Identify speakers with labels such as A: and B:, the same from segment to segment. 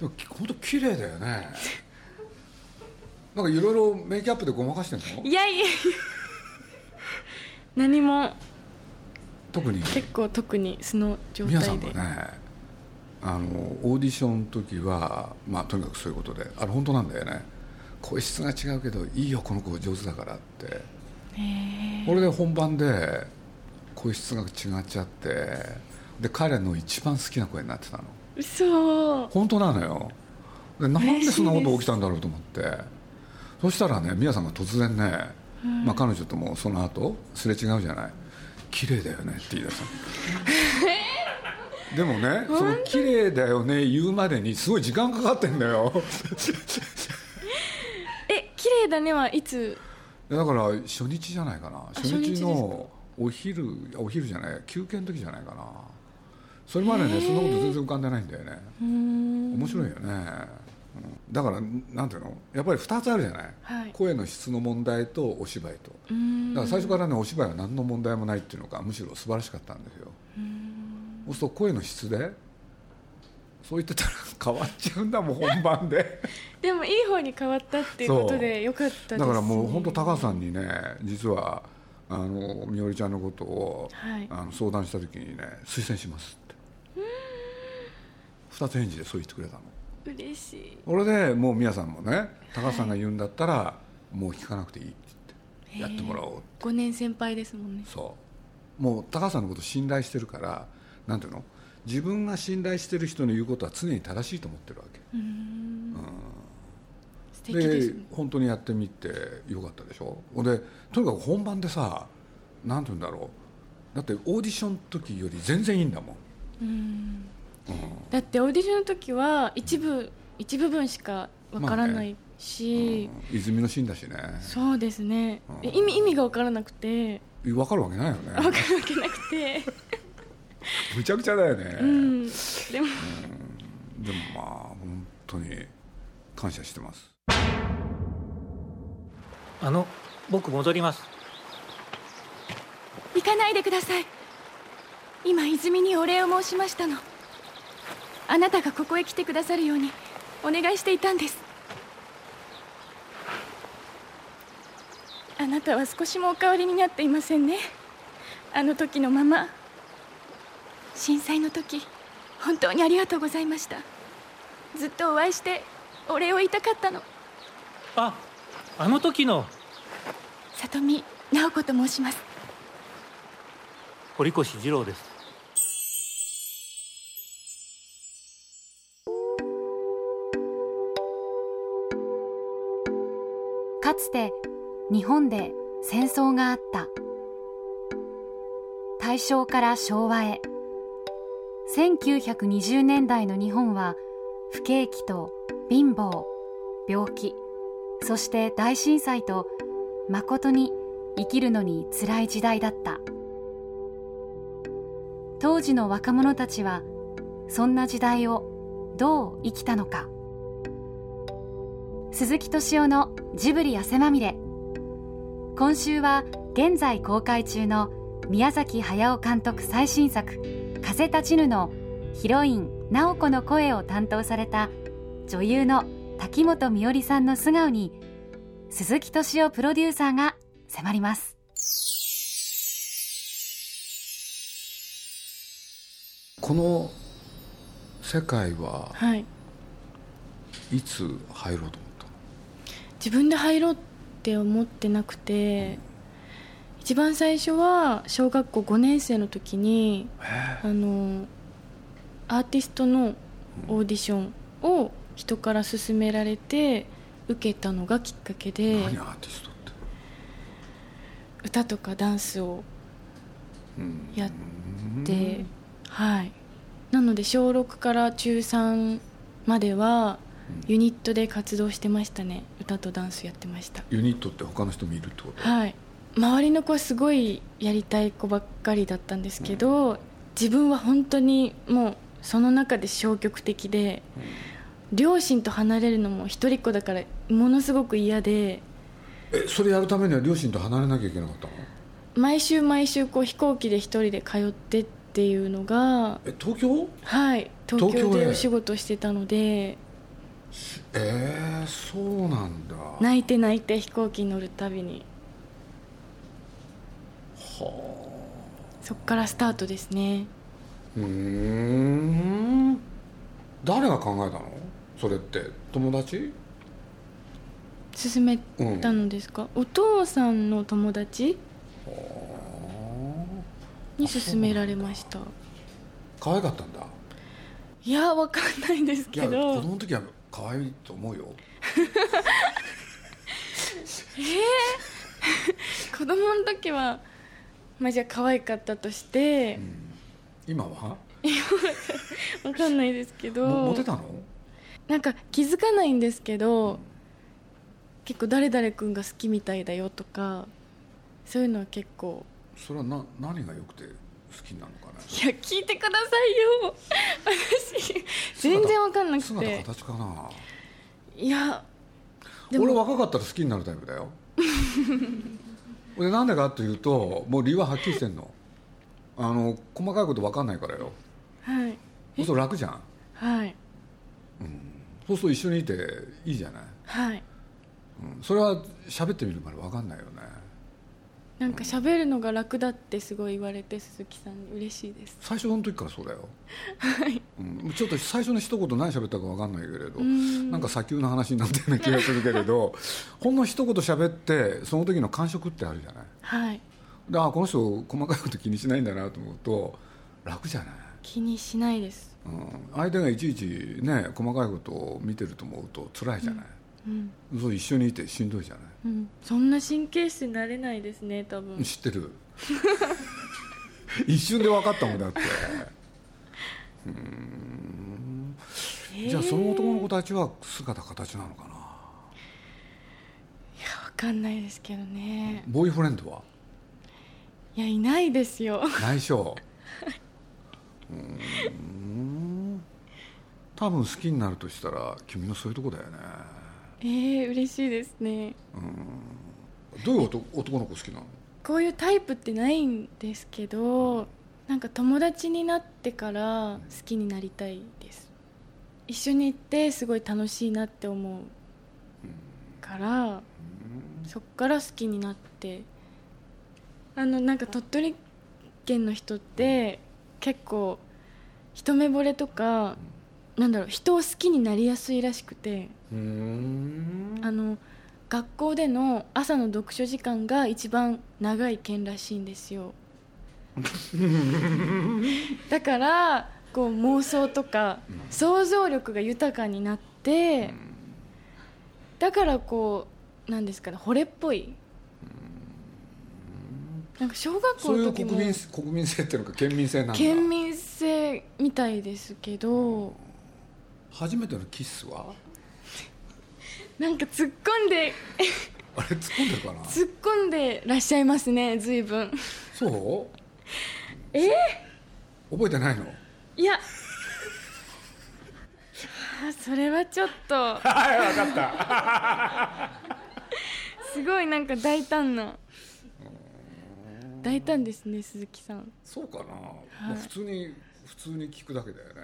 A: でも本当綺麗だよねなんかいろいろメイクアップでごまかしてんの
B: い やいや何も
A: 特に
B: 結構特に素の状
A: 皆さ
B: 態
A: ん
B: で、
A: がねあのオーディションの時は、まあ、とにかくそういうことであれ本当なんだよね声質が違うけどいいよこの子上手だからって俺で本番で声質が違っちゃってで彼の一番好きな声になってたの
B: 嘘
A: 本当なのよでなんでそんなこと起きたんだろうと思ってそしたらね宮さんが突然ね、まあ、彼女ともその後すれ違うじゃない綺麗だよねって言い出したのでもねその綺麗だよね言うまでにすごい時間かかってんだよ
B: え綺麗だねはいつ
A: だから初日じゃないかな初
B: 初日で
A: 日
B: すか
A: のお昼あお昼じゃない休憩の時じゃないかなそれまでねそんなこと全然浮かんでないんだよね
B: うーん
A: 面白いよね、うんだからなんていうのやっぱり2つあるじゃない、
B: はい
A: 声の質の問題とお芝居と
B: うーん
A: だから最初からねお芝居は何の問題もないっていうのかむしろ素晴らしかったんですよそうすると声の質でそう言ってたら変わっちゃうんだもん本番で
B: でもいい方に変わったっていうこと
A: そう
B: でよかったです、
A: だ
B: ね、
A: からもう本当高橋さんにね実はあのみおりちゃんのことを、
B: はい
A: あの相談した時にね推薦しますって二つ返事でそう言ってくれたの
B: 嬉しい
A: それでもう宮さんもね高橋さんが言うんだったら、もう聞かなくていいって言ってやってもらおうって
B: 5年先輩ですもんね
A: そうもう高橋さんのこと信頼してるからなんていうの自分が信頼してる人の言うことは常に正しいと思ってるわけ
B: うーん素敵
A: で
B: ですね
A: 本当にやってみてよかったでしょほんでとにかく本番でさなんていうんだろうだってオーディションの時より全然いいんだもん
B: うんだってオーディションの時は一部一部分しかわからないし、
A: うん泉のシーンだしね
B: そうですね、
A: うん
B: 意味意味がわからなくて
A: 分かるわけないよね
B: わからなくな くて、
A: むちゃくちゃだよね、
B: うんでも
A: でもまあ本当に感謝してます
C: あの僕戻ります
D: 行かないでください今泉にお礼を申しましたのあなたがここへ来てくださるようにお願いしていたんです
B: あなたは少しもお変わりになっていませんねあの時のまま
D: 震災の時本当にありがとうございましたずっとお会いしてお礼を言いたかったの
C: ああの時の
D: 里見直子と申します
C: 堀越二郎です
E: かつて日本で戦争があった大正から昭和へ1920年代の日本は不景気と貧乏病気そして大震災と誠に生きるのに辛い時代だった当時の若者たちはそんな時代をどう生きたのか鈴木敏夫のジブリ汗まみれ今週は現在公開中の宮崎駿監督最新作「風立ちぬ」のヒロイン直子の声を担当された女優の滝本美織さんの素顔に鈴木敏夫プロデューサーが迫ります
A: この世界は
B: はい
A: いつ入ろうと思ったの
B: 自分で入ろうって思ってなくて一番最初は小学校5年生の時にあのアーティストのオーディションを人から勧められて受けたのがきっかけで
A: 何アーティストって
B: 歌とかダンスを
A: うん
B: やってはいなので小6から中3までは
A: うん
B: ユニットで活動してましたね歌とダンスやってました
A: ユニットって他の人もいるってこと
B: はい周りの子はすごいやりたい子ばっかりだったんですけど、自分は本当にもうその中で消極的で、両親と離れるのも一人っ子だからものすごく嫌で
A: えそれやるためには両親と離れなきゃいけなかったの
B: 毎週毎週こう飛行機で一人で通ってっていうのが
A: え東京
B: はい東
A: 東
B: 京
A: 京で
B: でお仕事してたので
A: えー、そうなんだは
B: 泣いて泣いて飛行機に乗るたびにそっからスタートですね
A: うーん誰が考えたのそれって友達
B: 進め
A: うん
B: たのですか、お父さんの友達に勧められました
A: 可愛かったんだ
B: いやわかんないです
A: いや子
B: けど
A: 供の時は可愛いと思うよ
B: 子供の時はまあじゃあ可愛かったとして
A: 今は
B: わかんないですけど
A: もモテたの
B: なんか気づかないんですけど結構誰々君が好きみたいだよとかそういうのは結構
A: それはな何が良くて好きなのかね
B: いや聞いてくださいよ私全然わかんなく
A: 姿
B: て
A: 形かない
B: やでも
A: 俺若かったら好きになるタイプだ よ俺なんでかっていうともう理由ははっきりしてんのあの細かいこと分かんないからよ
B: はい
A: そうすると楽じゃん
B: はい
A: そうすると一緒にいていいじゃない、
B: はい
A: うん、それは喋ってみるまで分かんないよね
B: なんか喋るのが楽だってすごい言われて鈴木さんに嬉しいです
A: 最初の時からそうだよ、 うん、ちょっと最初の一言何喋ったか分かんないけれど
B: ん
A: なんか砂丘の話になったような気がするけれどほんの一言喋ってその時の感触ってあるじゃない
B: はい
A: であこの人細かいこと気にしないんだなと思うと楽じゃない、
B: 気にしないです
A: うん、相手がいちいちね細かいことを見てると思うと辛いじゃない、
B: うん
A: そう一緒にいてしんどいじゃな
B: うんそんな神経質になれないですね多
A: い、
B: 分
A: 知ってる 一瞬で分かったもんだってじゃあその男の子たちは姿形なのかな
B: わかんないですけどね
A: ボーイフレンドはい
B: やいないですよ
A: 内緒うーん多分好きになるとしたら君のそういうとこだよね
B: えー、嬉しいですね
A: どういう男男の子好きなの
B: こういうタイプってないんですけどなんか友達になってから好きになりたいです一緒に行ってすごい楽しいなって思うからそっから好きになってあのなんか鳥取県の人って結構一目惚れとかなんだろう人を好きになりやすいらしくて
A: うーん
B: あの学校での朝の読書時間が一番長い県らしいんで すよだからこう妄想とか想像力が豊かになってだからこうなんですかね惚れっぽいなんか小学
A: そ
B: 校
A: うい
B: の
A: う
B: 時
A: 国
B: も
A: 民国民性っていうのか県民性なんだ
B: 県民性みたいですけど
A: 初めてのキスは
B: なんか突っ込んで
A: あれ突っ込んでるかな
B: 突っ込んでらっしゃいますね随分
A: そう
B: えー
A: 覚えてないの
B: いや あーそれはちょっと
A: はい分かった
B: すごいなんか大胆な大胆ですね鈴木さん
A: そうかな、まあ普通に普通に聞くだけだよね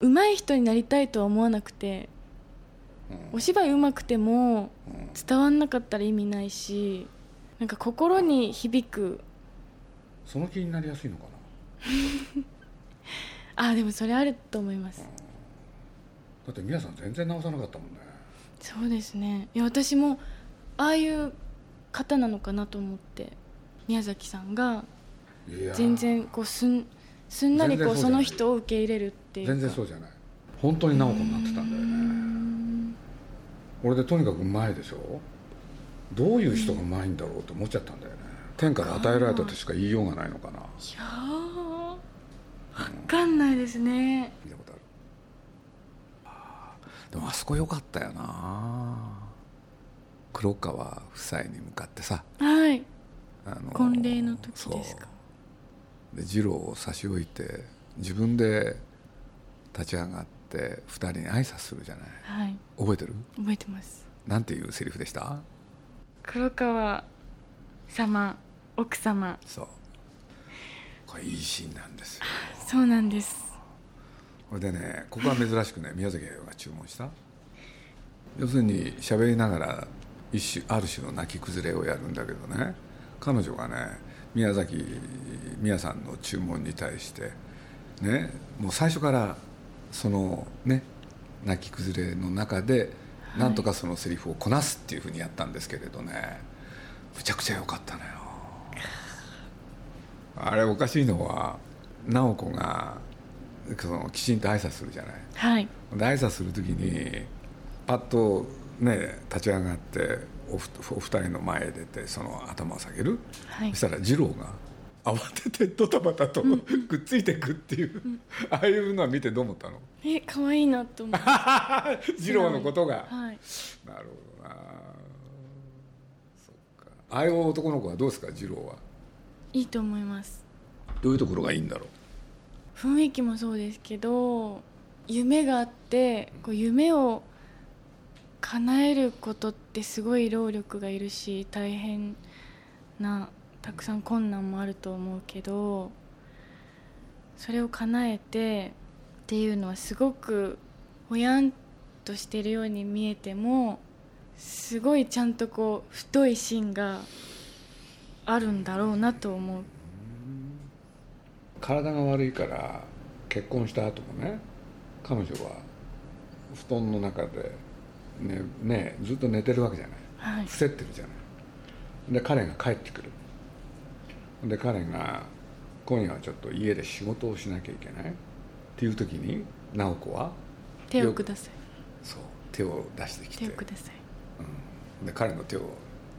B: 上手い人になりたいとは思わなくてお芝居上手くても伝わんなかったら意味ないしなんか心に響く
A: その気になりやすいのかな
B: あーでもそれあると思います
A: だって皆さん全然直さなかったもんね
B: そうですねいや私もああいう方なのかなと思って宮崎さんが
A: いやー
B: 全然こうすんすんなりこう
A: 全然そうじゃない
B: その人を受け入れるっていうか
A: 全然そうじゃない本当に直子になってたんだよね俺でとにかくうまいでしょどういう人がうまいんだろうと思っちゃったんだよね天から与えられたとしか言いようがないのかない
B: やーわかんないですね
A: 見たことあるあーでもあそこ良かったよな黒川夫妻に向かってさ
B: はい
A: あの
B: 婚礼の時ですか
A: そうで二郎を差し置いて自分で立ち上がって二人に挨拶するじゃない
B: はい
A: 覚えてる
B: 覚えてます
A: なんていうセリフでした
B: 黒川様奥様
A: そうこれいいシーンなんですよ
B: そうなんです
A: それでねここは珍しくね宮崎駿が注文した要するに喋りながら一種ある種の泣き崩れをやるんだけどね彼女がね宮崎宮さんの注文に対してねもう最初からそのね泣き崩れの中でなんとかそのセリフをこなすっていうふうにやったんですけれどね、むちゃくちゃ良かったのよあれおかしいのは直子がそのきちんと挨拶するじゃない
B: はい
A: で挨拶する時にパッとね立ち上がっておふお二人の前へ出てその頭を下げる、
B: はい
A: そしたら二郎が慌ててドタバタとくっついてくっていう、ああいうのは見てどう思った の
B: え可愛いなと思って
A: 二郎のことが、
B: はい
A: なるほどなそっかああいう男の子はどうですか二郎はい
B: いと思います
A: どういうところがいいんだろう
B: 雰囲気もそうですけど夢があってこう夢を叶えることってすごい労力がいるし大変なたくさん困難もあると思うけどそれを叶えてっていうのはすごくほやんとしてるように見えてもすごいちゃんとこう太い芯があるんだろうなと思う
A: 体が悪いから結婚した後もね彼女は布団の中で、ねね、ずっと寝てるわけじゃない
B: はい
A: 伏せってるじゃないで彼が帰ってくるで彼が「今夜はちょっと家で仕事をしなきゃいけない」っていう時に直子は
B: 手をください
A: そう手を出してきて
B: 手をください
A: で彼の手を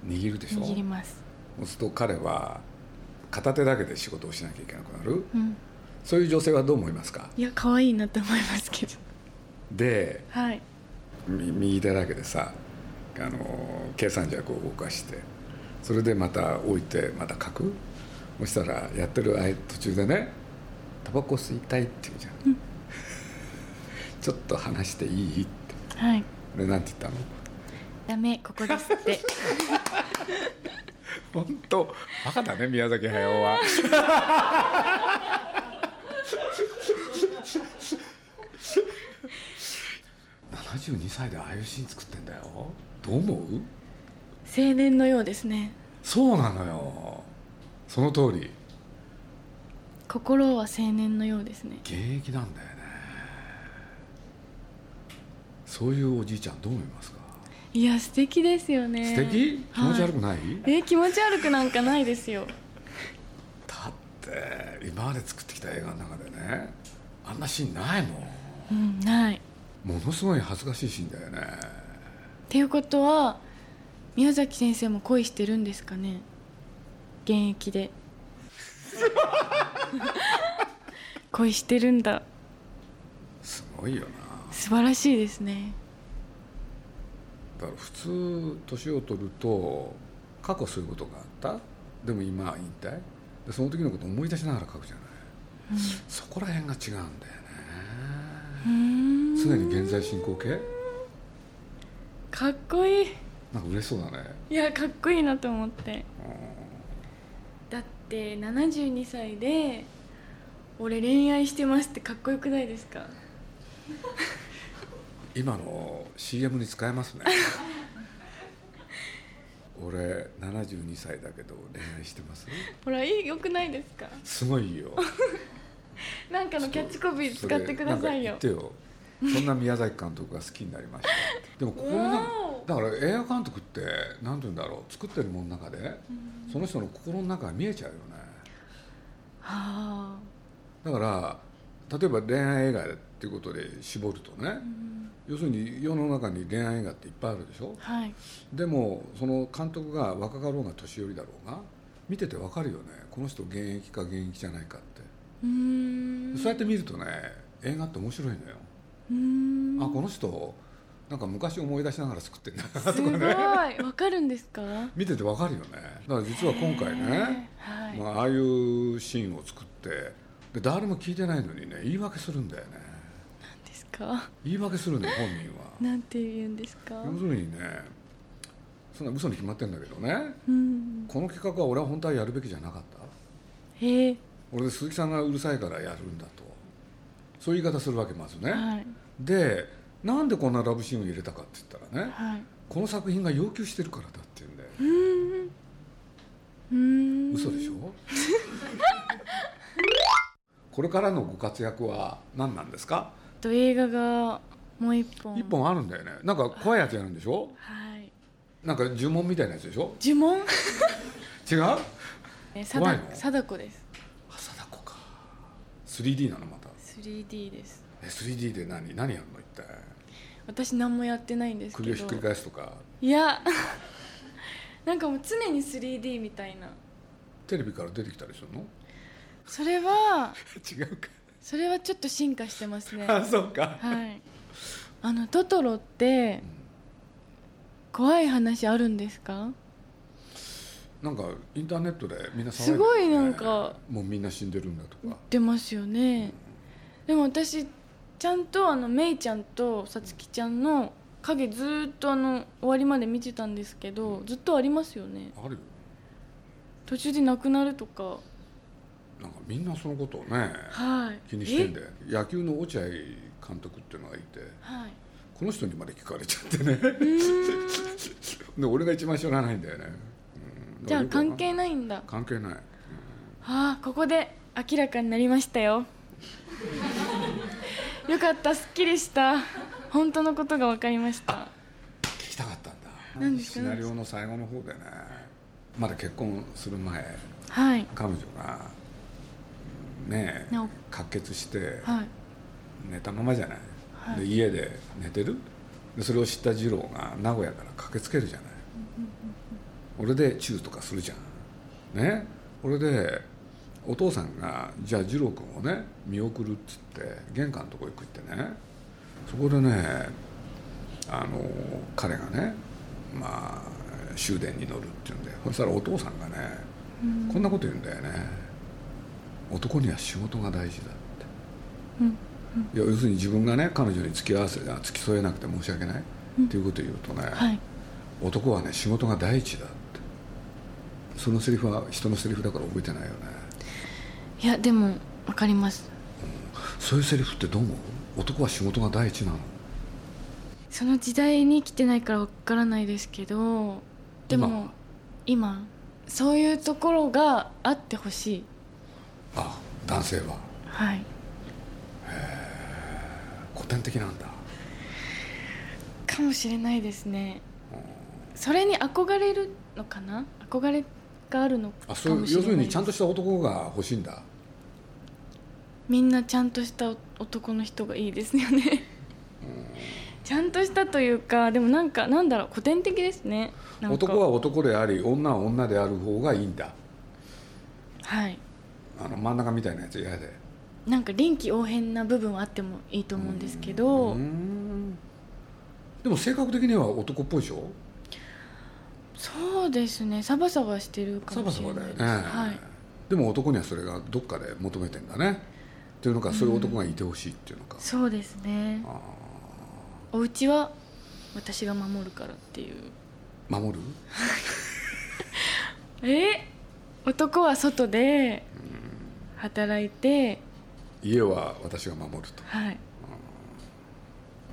A: 握るでしょ
B: 握ります、
A: そうすると彼は片手だけで仕事をしなきゃいけなくなる
B: うん、
A: そういう女性はどう思いますか
B: いや可愛いなと思いますけど
A: で
B: はい
A: み右手だけでさあの計算尺を動かしてそれでまた置いてまた書くそしたらやってる間途中でね「タバコ吸いたい」って言うじゃん、 ちょっと話していいって
B: はい
A: 俺なんて言ったの
B: ダメここですって
A: 本当バカだね宮崎駿は 72歳でああいうシーン作ってんだよどう思う
B: 青年のようですね
A: そうなのよその通り
B: 心は青年のようですね
A: 現役なんだよねそういうおじいちゃんどう思いますか、
B: いや素敵ですよね
A: 素敵気持ち悪く
B: は
A: ない、
B: い、え気持ち悪くなんかないですよ
A: だって今まで作ってきた映画の中でねあんなシーンないもん
B: うんないっ
A: ものすごい恥ずかしいシーンだよね
B: ていうことは宮崎先生も恋してるんですかね現役で 恋してるんだ
A: すごいよな
B: 素晴らしいですね
A: だから普通年を取ると過去そういうことがあったでも今は引退でその時のことを思い出しながら書くじゃない、そこら辺が違うんだよね
B: うん
A: 常に現在進行形
B: かっこいい
A: なんか嬉しそうだね
B: いやかっこいいなと思ってだって72歳で「俺恋愛してます」ってかっこよくないですか
A: 今の CM に使えます ね俺72歳だけど恋愛してます
B: ほらいいよくないですか
A: すごいよ
B: なんかのキャッチコピー使ってくださいよ
A: それなんか言ってよそんな宮崎監督が好きになりました でもここはね
B: お
A: だから映画監督って何て言うんだろう作ってるものの中でその人の心の中が見えちゃうよね
B: はあ
A: だから例えば恋愛映画っていうことで絞るとね、要するに世の中に恋愛映画っていっぱいあるでしょ
B: はい
A: でもその監督が若かろうが年寄りだろうが見ててわかるよねこの人現役か現役じゃないかって、
B: うーん
A: そうやって見るとね映画って面白いのよ、
B: うーん
A: あこの人なんか昔思い出しながら作ってんだな
B: すごいわかるんですかは
A: 見ててわかるよねだから実は今回ね、
B: はい、
A: まあ、ああいうシーンを作ってで誰も聞いてないのにね言い訳するんだよね
B: ですか
A: 言い訳するのよ本人は
B: なんて言うんですか
A: 要するにねそんな嘘に決まってんだけどね
B: うん
A: この企画は俺は本当はやるべきじゃなかった
B: へえ
A: 俺鈴木さんがうるさいからやるんだとそういう言い方するわけまずね、
B: はい
A: でなんでこんなラブシーンを入れたかって言ったらね
B: はい
A: この作品が要求してるからだって言うんだよ
B: うーん
A: 嘘 でしょこれからのご活躍は何なんですか
B: と映画がもう一本
A: 一本あるんだよねなんか怖いやつやるんでしょ
B: はい
A: なんか呪文みたいなやつでしょ
B: 呪 文
A: 違うあ
B: え
A: 怖いの
B: 貞子です
A: 貞子か 3D なのまた
B: 3D です
A: え 3D で何何やるの一体
B: 私何もやってないんですけ
A: 首
B: ど
A: をひっくり返すとか
B: いや なんかもう常に 3D みたいな
A: テレビから出てきたりするの
B: それは
A: 違うか
B: それはちょっと進化してますね
A: あそうか
B: はいあのトトロって
A: ん
B: 怖い話あるんですか
A: なんかインターネットでみんな騒いでるね
B: すごいなんか
A: もうみんな死んでるんだとか
B: 出ますよねでも私ちゃんとあのめいちゃんとさつきちゃんの影ずーっとあの終わりまで見てたんですけどずっとありますよね
A: あるよ
B: 途中でなくなるとか
A: なんかみんなそのことをね
B: はい
A: 気にしてん
B: え
A: で野球の落合監督っていうのがいて
B: はい
A: この人にまで聞かれちゃってね で俺が一番知らないんだよね、うん
B: じゃあ
A: だからよく
B: 関
A: わかんない
B: 係ないんだ
A: 関係ない
B: ああここで明らかになりましたよ よかったすっきりした本当のことが分かりました
A: 聞きたかったんだ
B: 何です
A: シ
B: か
A: ナリオの最後の方でねまだ結婚する前
B: はい
A: 彼女がねえ
B: なお
A: 滑血して
B: はい
A: 寝たままじゃない、
B: はい
A: で家で寝てるでそれを知った次郎が名古屋から駆けつけるじゃない俺でチューとかするじゃんね俺でお父さんがじゃあ次郎君をね見送るっつって玄関のとこ行くってねそこでねあの彼がねまあ終電に乗るって言うんでそしたらお父さんがねこんなこと言うんだよね男には仕事が大事だっていや要するに自分がね彼女に付き合わせあ付き添えなくて申し訳ない、っていうことを言うとね、
B: はい
A: 男はね仕事が第一だってそのセリフは人のセリフだから覚えてないよね
B: いやでも分かります
A: そういうセリフってどう思う男は仕事が第一なの
B: その時代に生きてないから分からないですけどで
A: 今
B: も
A: は
B: 今そういうところがあってほしい
A: あ男性は
B: はい
A: 古典的なんだ
B: かもしれないですねそれに憧れるのかな憧れがあるのか
A: あ
B: もし
A: そ
B: れな
A: う
B: い
A: 要するにちゃん
B: と
A: とした男が欲しいんだ
B: みんなちゃんとした男の人がいいですよねちゃんとしたというかでもなんかなんだろう古典的ですねなんか
A: 男は男であり女は女である方がいいんだ
B: はい
A: あの真ん中みたいなやつ嫌で
B: なんか臨機応変な部分はあってもいいと思うんですけど、
A: うんでも性格的には男っぽいでしょ
B: そうですねサバサバしてるか
A: サ
B: も
A: バ
B: し
A: サ
B: れ
A: バ
B: な
A: だ
B: い
A: よ
B: です
A: ね、
B: はい、
A: でも男にはそれがどっかで求めてんだねっていうのかそういう男がいてほしいっていうのか、
B: そうですね
A: あ
B: お家は私が守るからっていう
A: ー守る
B: え男は外で働いて
A: 家は私が守ると
B: はい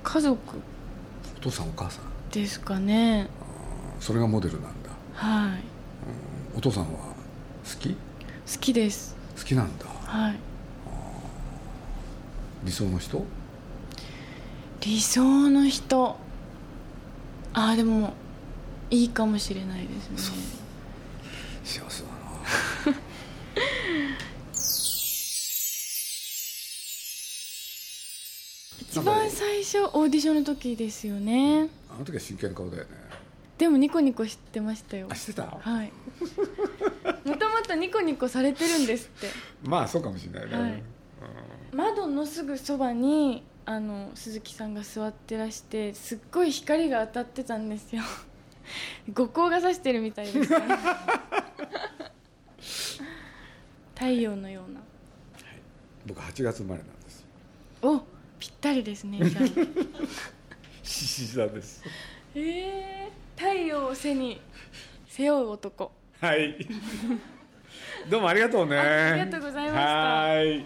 B: 家族
A: お父さんお母さん
B: ですかね
A: それがモデルなんだ
B: はい
A: お父さんは好き
B: 好きです
A: 好きなんだ
B: はい
A: 理想の人
B: 理想の人ああでもいいかもしれないですね
A: 幸せだな
B: 一番最初オーディションの時ですよね
A: あの時は真剣な顔だよね
B: でもニコニコしてましたよ
A: あしてた
B: はいもともとニコニコされてるんですって
A: まあそうかもしれないね、
B: はい窓のすぐそばにあの鈴木さんが座ってらしてすっごい光が当たってたんですよ 五光が差してるみたいです、 ね、太陽のような
A: 僕8月生まれなんですよ
B: おぴったりですね じゃあ
A: 獅子座です
B: えー、太陽を背に背負う男
A: はい。どうもありがとうね。
B: あありがとうございました
A: はい。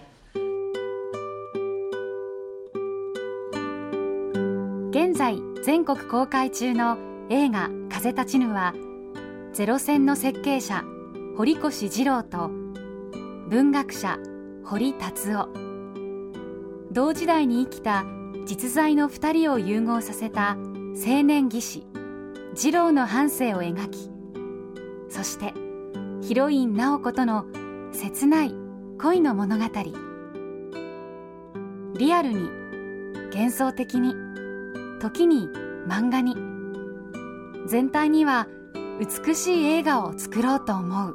E: 現在全国公開中の映画「風立ちぬ」はゼロ戦の設計者堀越二郎と文学者堀達夫同時代に生きた実在の2人を融合させた青年技師二郎の半生を描きそしてヒロイン直子との切ない恋の物語リアルに幻想的に時に漫画に全体には美しい映画を作ろうと思う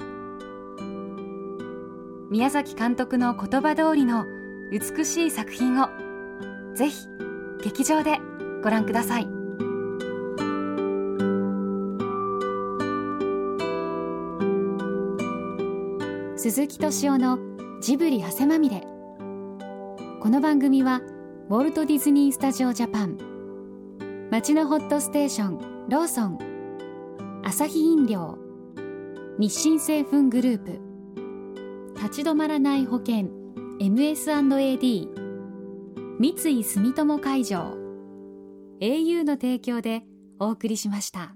E: 宮崎監督の言葉通りの美しい作品をぜひ劇場でご覧ください鈴木敏夫のジブリ汗まみれこの番組はウォルト・ディズニー・スタジオ・ジャパン町のホットステーションローソンアサヒ飲料日清製粉グループ立ち止まらない保険 MS&AD 三井住友海上 au の提供でお送りしました。